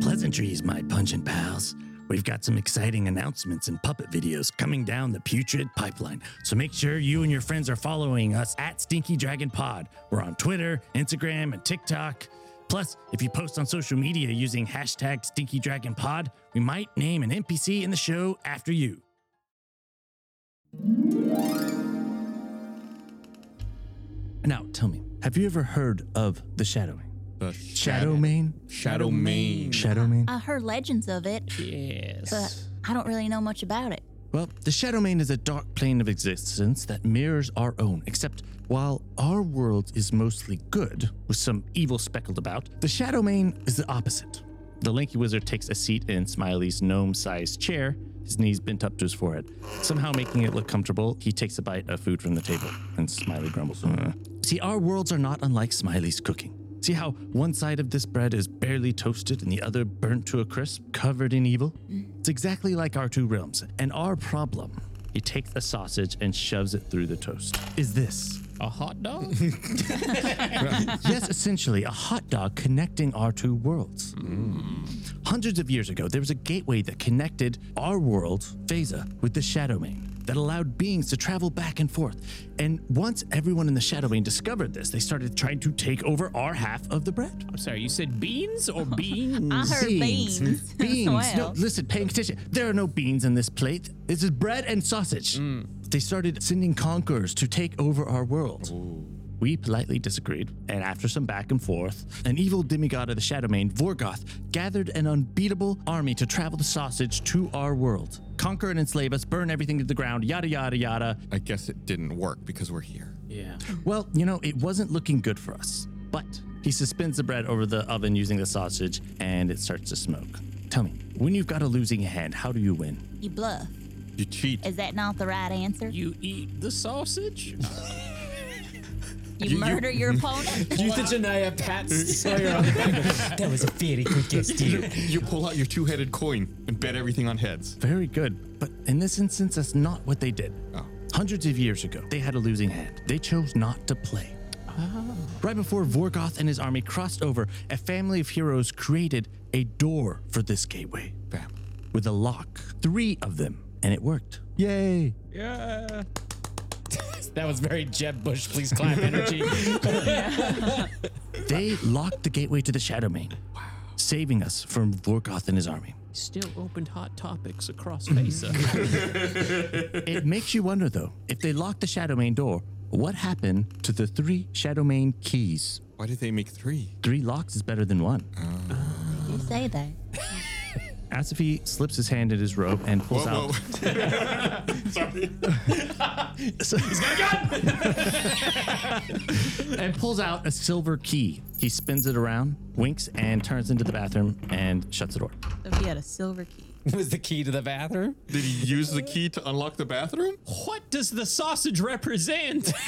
Pleasantries, my pungent pals. We've got some exciting announcements and puppet videos coming down the putrid pipeline. So make sure you and your friends are following us at Stinky Dragon Pod. We're on Twitter, Instagram, and TikTok. Plus, if you post on social media using hashtag Stinky Dragon Pod, we might name an NPC in the show after you. Now, tell me, have you ever heard of the shadowing? The Shadow Main? Shadow Main. Shadow Main? I heard legends of it, but Yes. I don't really know much about it. Well, the Shadow Main is a dark plane of existence that mirrors our own, except while our world is mostly good, with some evil speckled about, the Shadow Main is the opposite. The lanky wizard takes a seat in Smiley's gnome sized chair, his knees bent up to his forehead. Somehow making it look comfortable, he takes a bite of food from the table, and Smiley grumbles. "Uh." See, our worlds are not unlike Smiley's cooking. See how one side of this bread is barely toasted and the other burnt to a crisp, covered in evil? It's exactly like our two realms. And our problem, he takes a sausage and shoves it through the toast, is this. A hot dog? yes, essentially, a hot dog connecting our two worlds. Hundreds of years ago, there was a gateway that connected our world, Phasa, with the Shadow Main that allowed beings to travel back and forth. And once everyone in the Shadow Main discovered this, they started trying to take over our half of the bread. I'm sorry, you said beans (laughs) or beans? I heard beans. (laughs) Beans. No, Well. listen, paying attention. There are no beans in this plate. This is bread and sausage. They started sending conquerors to take over our world. We politely disagreed, and after some back and forth, an evil demigod of the Shadow Main, Vorgoth, gathered an unbeatable army to travel the sausage to our world, conquer and enslave us, burn everything to the ground, yada, yada, yada. I guess it didn't work because we're here. Yeah. Well, you know, it wasn't looking good for us. But he suspends the bread over the oven using the sausage, and it starts to smoke. Tell me, when you've got a losing hand, how do you win? You bluff. You cheat. Is that not the right answer? You, You eat (laughs) the sausage? murder your opponent? Use the Janaya Pat (laughs) Oh, Sawyer on the back. (laughs) That was a very good guess, You, dear. (laughs) (laughs) you pull out your two-headed coin and bet everything on heads. Very good. But in this instance, that's not what they did. Oh. Hundreds of years ago, they had a losing hand. They chose not to play. Ah. Right before Vorgoth and his army crossed over, a family of heroes created a door for this gateway. Bam. With a lock, three of them, and it worked. Yay. That was very Jeb Bush, please clap energy. They locked the gateway to the Shadow Main, saving us from Vorgoth and his army. Still opened hot topics across Mesa. It makes you wonder, though, if they locked the Shadow Main door, what happened to the three Shadow Main keys? Why did they make three? Three locks is better than one. you say that. Asafi slips his hand in his robe and pulls Whoa, out. whoa. Oh, (laughs) Sorry. (laughs) and pulls out a silver key. He spins it around, winks, and turns into the bathroom and shuts the door. So if you had a silver key. was the key to the bathroom? Did he use the key to unlock the (laughs) bathroom? what does the sausage represent? (laughs)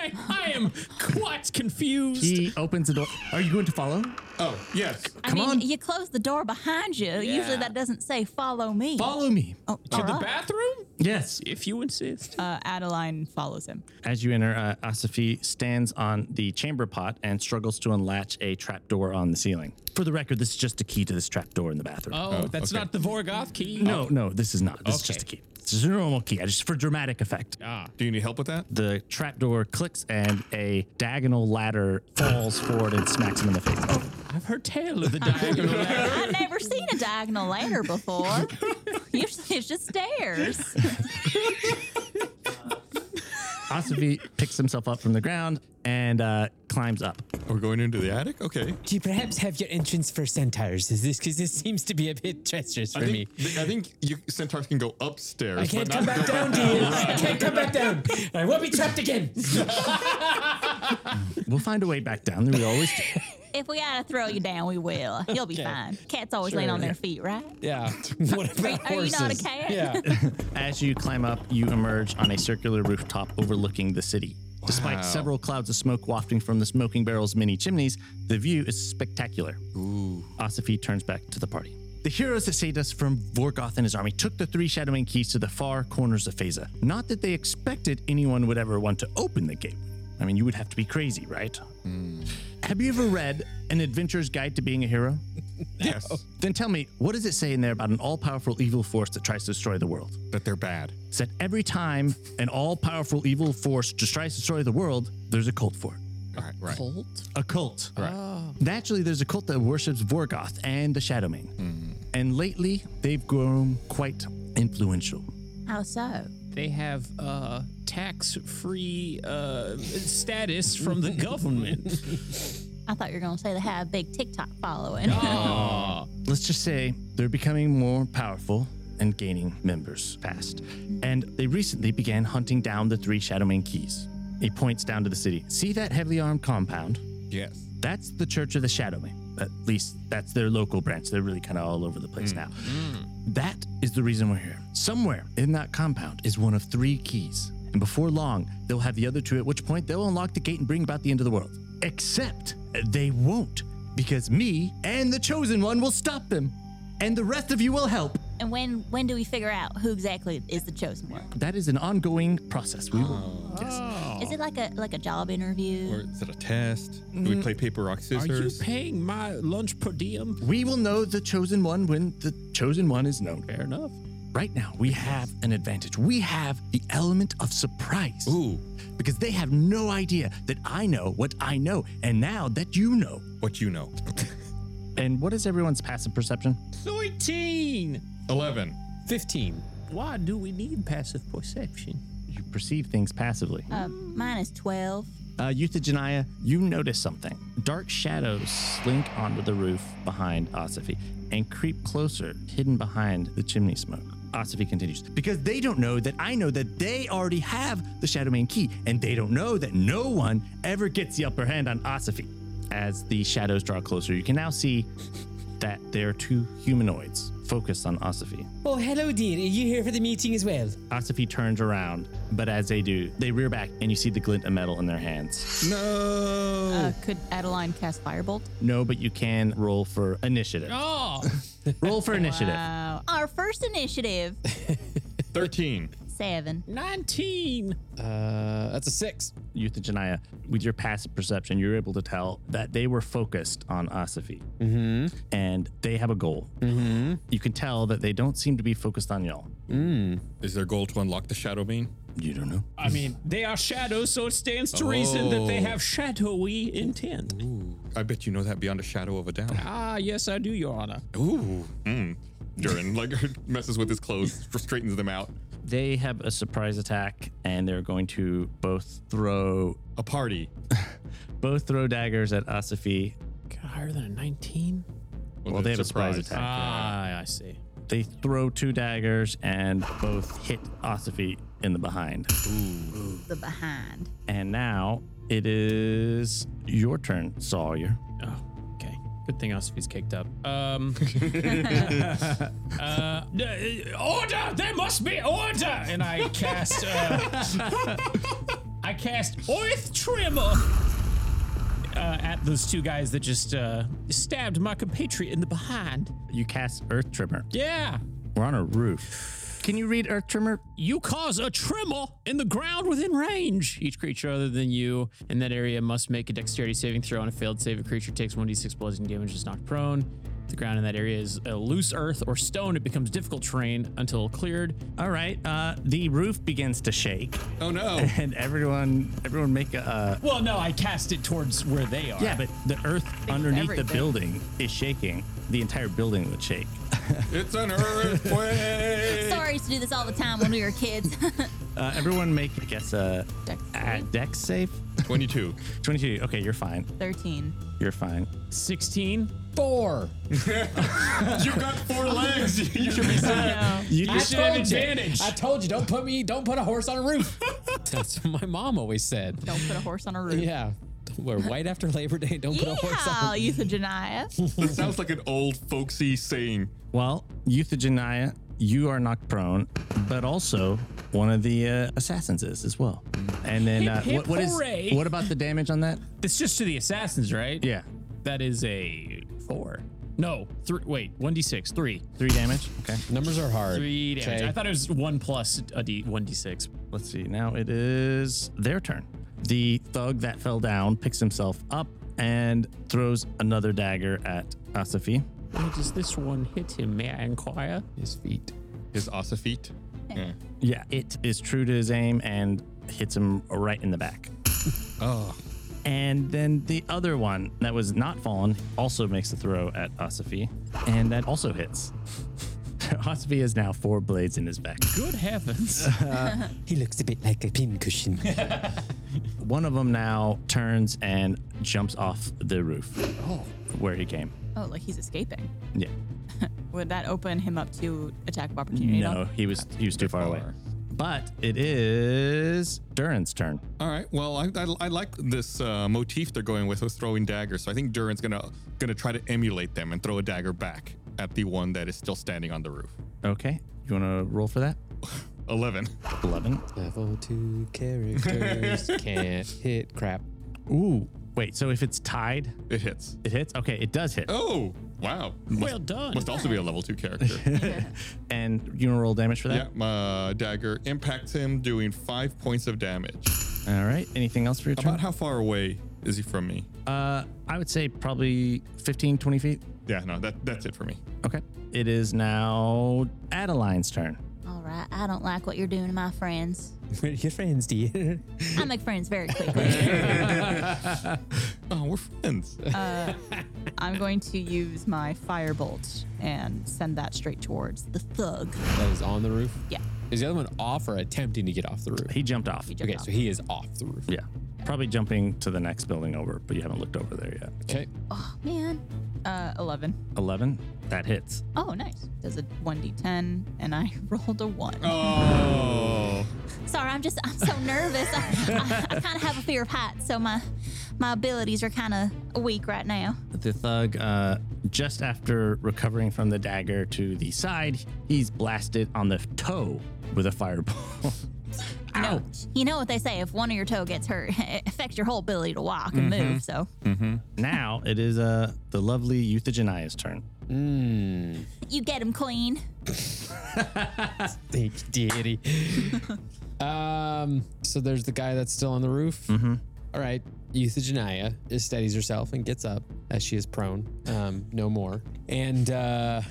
I, I am quite confused. He opens the door. Are you going to follow? Oh, yes. I mean, you close the door behind you. Yeah. Usually that doesn't say follow me. Follow me. oh, all the Ah. right. bathroom? Yes. If you insist. Uh, Adeline follows him. As you enter, uh, Asafi stands on the chamber pot and struggles to unlatch a trapdoor on the ceiling. For the record, this is just a key to this trapdoor in the bathroom. Oh, Oh, that's okay. not the Vorgoth key. No, no, this is not. This is just a Okay. key. This is a normal key, I just for dramatic effect. Do you need help with that? The trapdoor clicks and a diagonal ladder falls forward and smacks him in the face. I've heard tale of the diagonal ladder. I've never seen a diagonal ladder before. Usually it's just stairs. Asafi picks himself up from the ground and uh, climbs up. We're going into the attic? Okay. Do you perhaps have your entrance for centaurs? Is this because this seems to be a bit treacherous for I me? think, I think you, centaurs can go upstairs. I can't but come not back go down, dear. I can't come back down. I won't be trapped (laughs) again. We'll find a way back down. We always do. If we gotta throw you down, we will. You'll be fine. Cats always lean on their feet, right? Yeah. What about Are you horses? not a cat? Yeah. (laughs) As you climb up, you emerge on a circular rooftop overlooking the city. Despite Wow. several clouds of smoke wafting from the smoking barrel's many chimneys, the view is spectacular. Asafi turns back to the party. The heroes that saved us from Vorgoth and his army took the three Shadowing keys to the far corners of Phasa. Not that they expected anyone would ever want to open the gateway. I mean, you would have to be crazy, right? Have you ever read An Adventurer's Guide to Being a Hero? Yes. Then tell me, what does it say in there about an all powerful evil force that tries to destroy the world? That they're bad. It's that every time an all powerful evil force just tries to destroy the world, there's a cult for it. All right, right. A cult. Oh. Right. Naturally, there's a cult that worships Vorgoth and the Shadow Main. And lately, they've grown quite influential. How so? They have uh, tax-free uh, status from the (laughs) government. I thought you were gonna say they have a big TikTok following. Let's just say they're becoming more powerful and gaining members fast. And they recently began hunting down the three Shadow Main keys. He points down to the city. See that heavily armed compound? Yes. That's the Church of the Shadow Man. At least that's their local branch. They're really kind of all over the place now. That is the reason we're here. Somewhere in that compound is one of three keys. And before long, they'll have the other two, at which point they'll unlock the gate and bring about the end of the world. Except uh, They won't, because me and the chosen one will stop them, and the rest of you will help. (laughs) And when when do we figure out who exactly is the chosen one? That is an ongoing process. We will. Is it like a like a job interview? Or is it a test? Do we play paper, rock, scissors? paying my lunch per diem? We will know the chosen one when the chosen one is known. Fair enough. Right now, we have an advantage. We have the element of surprise. Ooh. Because they have no idea that I know what I know, and now that you know. what you know. And what is everyone's passive perception? 13! 11. 15. Why do we need passive perception? You perceive things passively. Um, mine is twelve. Uh, Euthagenia, you notice something. Dark shadows slink onto the roof behind Ossify and creep closer, hidden behind the chimney smoke. Ossify continues, because they don't know that I know that they already have the Shadow Man key, and they don't know that no one ever gets the upper hand on Ossify. As the shadows draw closer, you can now see that there are two humanoids focused on Ossify. Oh, hello, dear. Are you here for the meeting as well? Ossify turns around, but as they do, they rear back and you see the glint of metal in their hands. No. Uh, could Adeline cast Firebolt? No, but you can roll for initiative. (laughs) Oh! Roll for initiative. Wow. Uh, Our first initiative. 13. Seven. 19! Uh, that's a six. Youth and Janaya, with your passive perception, you're able to tell that they were focused on Asafi. Mm-hmm. And they have a goal. You can tell that they don't seem to be focused on y'all. Is their goal to unlock the Shadow Bean? You don't know. I mean, they are shadows, so it stands to reason that they have shadowy intent. I bet you know that beyond a shadow of a doubt. Ah, yes, I do, Your Honor. Ooh. Mm. Durin like (laughs) messes with his clothes, straightens them out. They have a surprise attack, and they're going to both throw A party. both throw daggers at Asafi. Got higher than a 19? Well, they have a surprise attack. Ah, I see. They throw two daggers and both hit Asafi in the behind. The behind. And now it is your turn, Sawyer. Oh, okay. Good thing Ossify's kicked up. Um. uh, d- uh, order! There must be order! And I cast. Uh, I cast Earth Tremor uh, at those two guys that just uh, stabbed my compatriot in the behind. You cast Earth Trimmer. Yeah. We're on a roof. Can you read Earth Trimmer? You cause a tremor in the ground within range. Each creature other than you in that area must make a dexterity saving throw. On a failed save, a creature takes 1d6 bludgeoning damage and is knocked prone. The ground in that area is a loose earth or stone. It becomes difficult terrain until cleared. All right. Uh, the roof begins to shake, Oh no. and everyone, everyone make a. Uh, Well, no, I cast it towards where they are. yeah, but the earth underneath the everything. building is shaking. The entire building would shake. it's an (laughs) earthquake. Sorry, I used to do this all the time when we were kids. Uh, everyone make, I guess, a Dex a dex save. (laughs) 22. Twenty-two. Okay, you're fine. (laughs) Thirteen. You're fine. 16. Four. you got four legs. You should be safe. You, should have told you. advantage. I told you, don't put me, don't put a horse on a roof. (laughs) That's what my mom always said. (laughs) Don't put a horse on a roof. Yeah. We're white after Labor Day. Don't put a horse on. Yeehaw, (laughs) euthagenia. That sounds like an old folksy saying. Well, Euthagenia, you are knocked prone, but also one of the uh, assassins is as well. And then Hip, uh, hip, what, what is hooray. what about the damage on that? It's just to the assassins, right? Yeah, That is a four. No, three. Wait, 1d6. Three. three damage. Okay. Numbers are hard. Three damage. Okay. I thought it was one plus a d, 1d6. Let's see. Now it is their turn. The thug that fell down picks himself up and throws another dagger at Asafi. Where does this one hit him, may I inquire? His feet. His Asafit. Yeah, it is true to his aim and hits him right in the back. Oh. And then the other one that was not fallen also makes a throw at Asafi, and that also hits. (laughs) Asafi has now four blades in his back. Good heavens. He looks a bit like a pincushion. One of them now turns and jumps off the roof where he came. Oh, like he's escaping. Yeah. Would that open him up to attack of opportunity? at all? No, (laughs) he was he was too far away. But it is Durin's turn. All right. Well, I, I, I like this uh, motif they're going with with throwing daggers. So I think Durin's gonna gonna try to emulate them and throw a dagger back at the one that is still standing on the roof. Okay. You want to roll for that? Eleven. (laughs) 11. Level two. (laughs) Characters can't hit crap. Ooh. Wait, so if it's tied, It hits. it hits? Okay, it does hit. Oh, wow. Must, Well done. Must also be a level two character. (laughs) And you want to roll damage for yeah, that? my dagger impacts him, doing five points of damage. All right. Anything else for your turn? About how far away is he from me? Uh, I would say probably 15, 20 feet. Yeah, no, that that's it for me. Okay. It is now Adeline's turn. (laughs) All right, I don't like what you're doing to my friends. We're your friends, dear. I make friends very (laughs) quickly. Oh, we're friends. I'm going to use my firebolt and send that straight towards the thug. That is on the roof. Yeah. Is the other one off or attempting to get off the roof? He jumped off. Okay, so he is off the roof. Yeah. Probably jumping to the next building over, but you haven't looked over there yet. Okay. Oh, man. Uh, 11. 11. That hits. Oh, nice. Does a 1d10, and (laughs) I rolled a 1. oh. Sorry, I'm just I'm so nervous. I, I, I kind of have a fear of heights, so my my abilities are kind of weak right now. The thug, uh, just after recovering from the dagger to the side, he's blasted on the toe with a fireball. (laughs) Ow. You know what they say: if one of your toe gets hurt, (laughs) it affects your whole ability to walk and Mm-hmm. move. So Now it is uh, the lovely Euthygenia's turn. you get him, Queen. Thank you, deity. um, so there's the guy that's still on the roof. Mm-hmm. right. Euthygenia is steadies herself and gets up as she is prone, um, no more, and uh,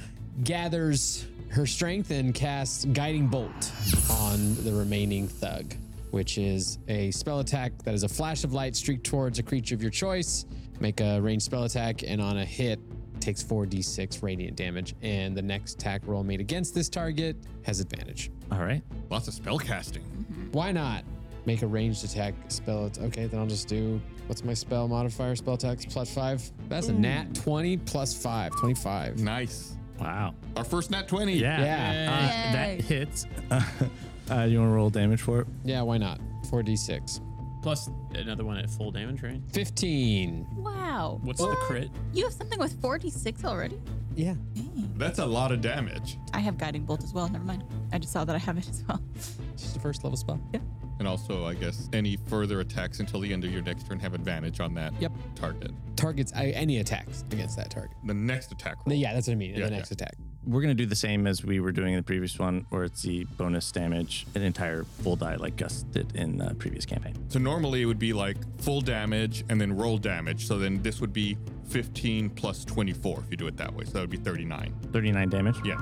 gathers her strength and casts Guiding Bolt on the remaining thug, which is a spell attack that is a flash of light streaked towards a creature of your choice. Make a ranged spell attack, and on a hit, takes 4d6 radiant damage, and the next attack roll made against this target has advantage. All right. Lots of spell casting. Why not make a ranged attack spell? At- okay, then I'll just do what's my spell modifier? Spell attacks plus five. That's a Mm. nat 20 plus five, 25. Nice. Wow. Our first nat 20. Yeah. Yeah. Uh, that hits. (laughs) Uh, you want to roll damage for it? Yeah, why not? 4d6. Plus another one at full damage, right? 15. Wow. What's the crit? You have something with 46 already? Yeah. That's a lot of damage. I have Guiding Bolt as well. Never mind. I just saw that I have it as well. It's just a first level spell. And also, I guess, any further attacks until the end of your next turn have advantage on that Yep. target. Targets I, any attacks against that target. The next attack roll. Yeah, that's what I mean. Yeah, the next attack. We're going to do the same as we were doing in the previous one, where it's the bonus damage, an entire full die like Gus did in the previous campaign. So normally it would be like full damage and then roll damage. So then this would be 15 plus 24 if you do it that way. So that would be 39. 39 damage? Yeah.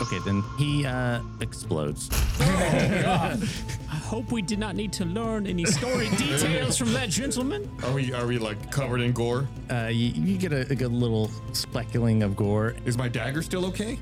Okay, then he uh, explodes. I hope we did not need to learn any (laughs) story details from that gentleman. Are we are we like covered in gore? Uh, you, you get a, like a little speckling of gore. Is my dagger still okay?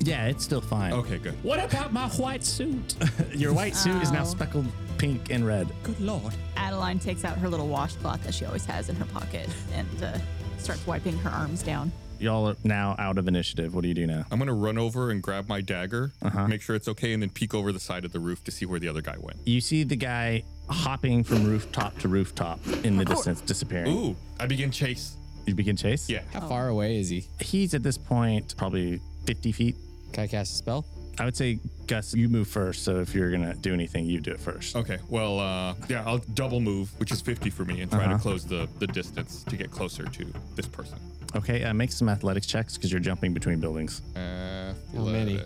Yeah, it's still fine. Okay, good. What about my white (laughs) suit? Your white suit is now Ow. speckled pink and red. Good lord. Adeline takes out her little washcloth that she always has in her pocket and uh, starts wiping her arms down. Y'all are now out of initiative. What do you do now? I'm gonna run over and grab my dagger, make sure it's okay, and then peek over the side of the roof to see where the other guy went. You see the guy hopping from rooftop to rooftop in the distance, disappearing. Ooh, I begin chase. You begin chase? Yeah. How far away is he? He's at this point probably 50 feet. Can I cast a spell? I would say, Gus, you move first. So if you're going to do anything, you do it first. Okay. Well, uh, yeah, I'll double move, which is 50 for me, and try to close the the distance to get closer to this person. Okay, uh, make some athletics checks because you're jumping between buildings. Athletics. many?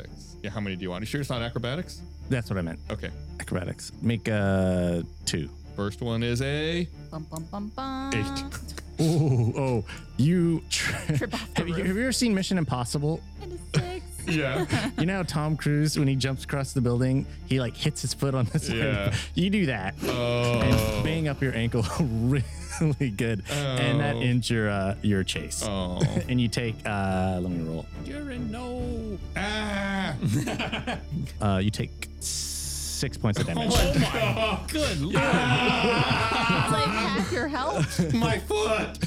Yeah, how many do you want? You sure it's not acrobatics? That's what I meant. Okay. Acrobatics. Make uh, two. First one is a Bum bum bum bum. eight. Oh, oh, you. have, you have you ever seen Mission Impossible? And a six. (laughs) yeah. You know how Tom Cruise, when he jumps across the building, he like hits his foot on the side. Yeah. (laughs) You do that. (laughs) Oh. And bang up your ankle (laughs) really good. And that Oh. ends your, uh, your chase. Oh. (laughs) And you take, uh, let me roll. You're in no. ah. Uh, you take six points (laughs) of damage. Oh my good lord. It's like half your health. My foot.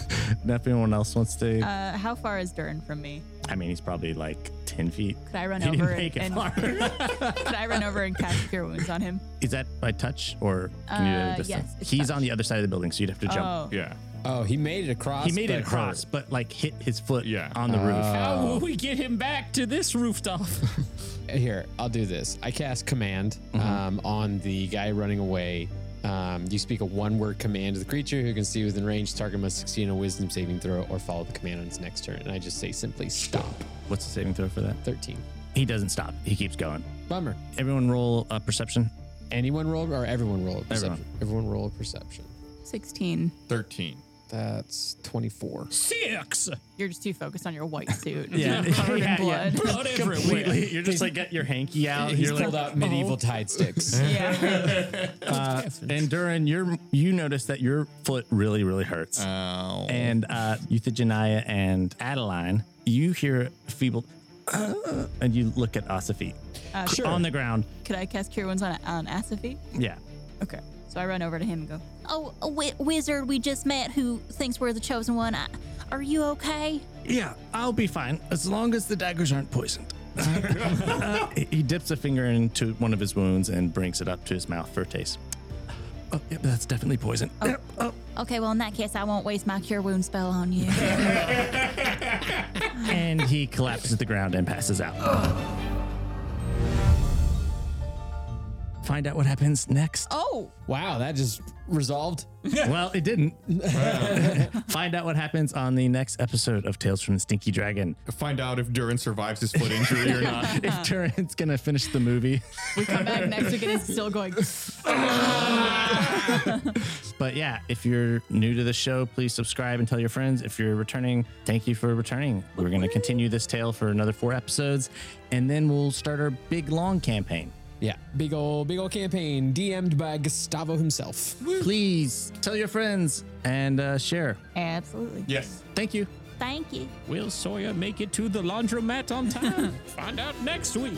And if anyone else wants to, Uh, how far is Durin from me? I mean, he's probably like 10 feet. Could I run (laughs) He over didn't make it and far. (laughs) could I run over and cast Cure Wounds on him? Is that by touch or can you do Uh, this yes, thing? it's He's touch. on the other side of the building, so you'd have to jump. Oh, Yeah. Oh, he made it across. He made it but across, hurt. but like hit his foot Yeah. on the roof. How will we get him back to this (laughs) rooftop? Mm-hmm. Here, I'll do this. I cast command um, on the guy running away Um, you speak a one word command to the creature who can see within range. Target must succeed on a wisdom saving throw or follow the command on its next turn. And I just say simply stop. What's the saving throw for that? 13. He doesn't stop. He keeps going. Bummer. Everyone roll uh, perception. Anyone roll or everyone roll a perception? everyone roll a perception. 16. 13. That's 24. Six. You're just too focused on your white suit. Yeah. Covered (laughs) Yeah, in blood. yeah. Blood everywhere. Completely. You're just like, get your hanky out. He's You're like, pulled out medieval tide (laughs) sticks. uh, and Durin, you're, you notice that your foot really, really hurts. Ow. and uh, Euthygenia and Adeline, you hear a feeble, uh, and you look at Asafi Uh, on the ground. Could I cast Cure Wounds on, on Asafi? Yeah. Okay. So I run over to him and go, Oh, a wi- wizard we just met who thinks we're the chosen one. I- are you okay? Yeah, I'll be fine as long as the daggers aren't poisoned. Uh, he dips a finger into one of his wounds and brings it up to his mouth for a taste. Oh, yep, that's definitely poison. Yep, oh. Okay, well, in that case, I won't waste my cure wound spell on you. And he collapses to the ground and passes out. Find out what happens next. Oh, Wow, that just resolved. Well, it didn't. (laughs) Find out what happens on the next episode of Tales from the Stinky Dragon. Uh, Find out if Durin survives his foot injury or not. If Turin's gonna finish the movie. we come back next week and it's still going. But yeah, if you're new to the show, please subscribe and tell your friends. If you're returning, thank you for returning. We're going to continue this tale for another four episodes, and then we'll start our big long campaign. Yeah, big old, big old campaign DM'd by Gustavo himself. Please tell your friends and uh, share. Absolutely. yes. Thank you. Thank you. (laughs) Will Sawyer make it to the laundromat on time? Find out next week.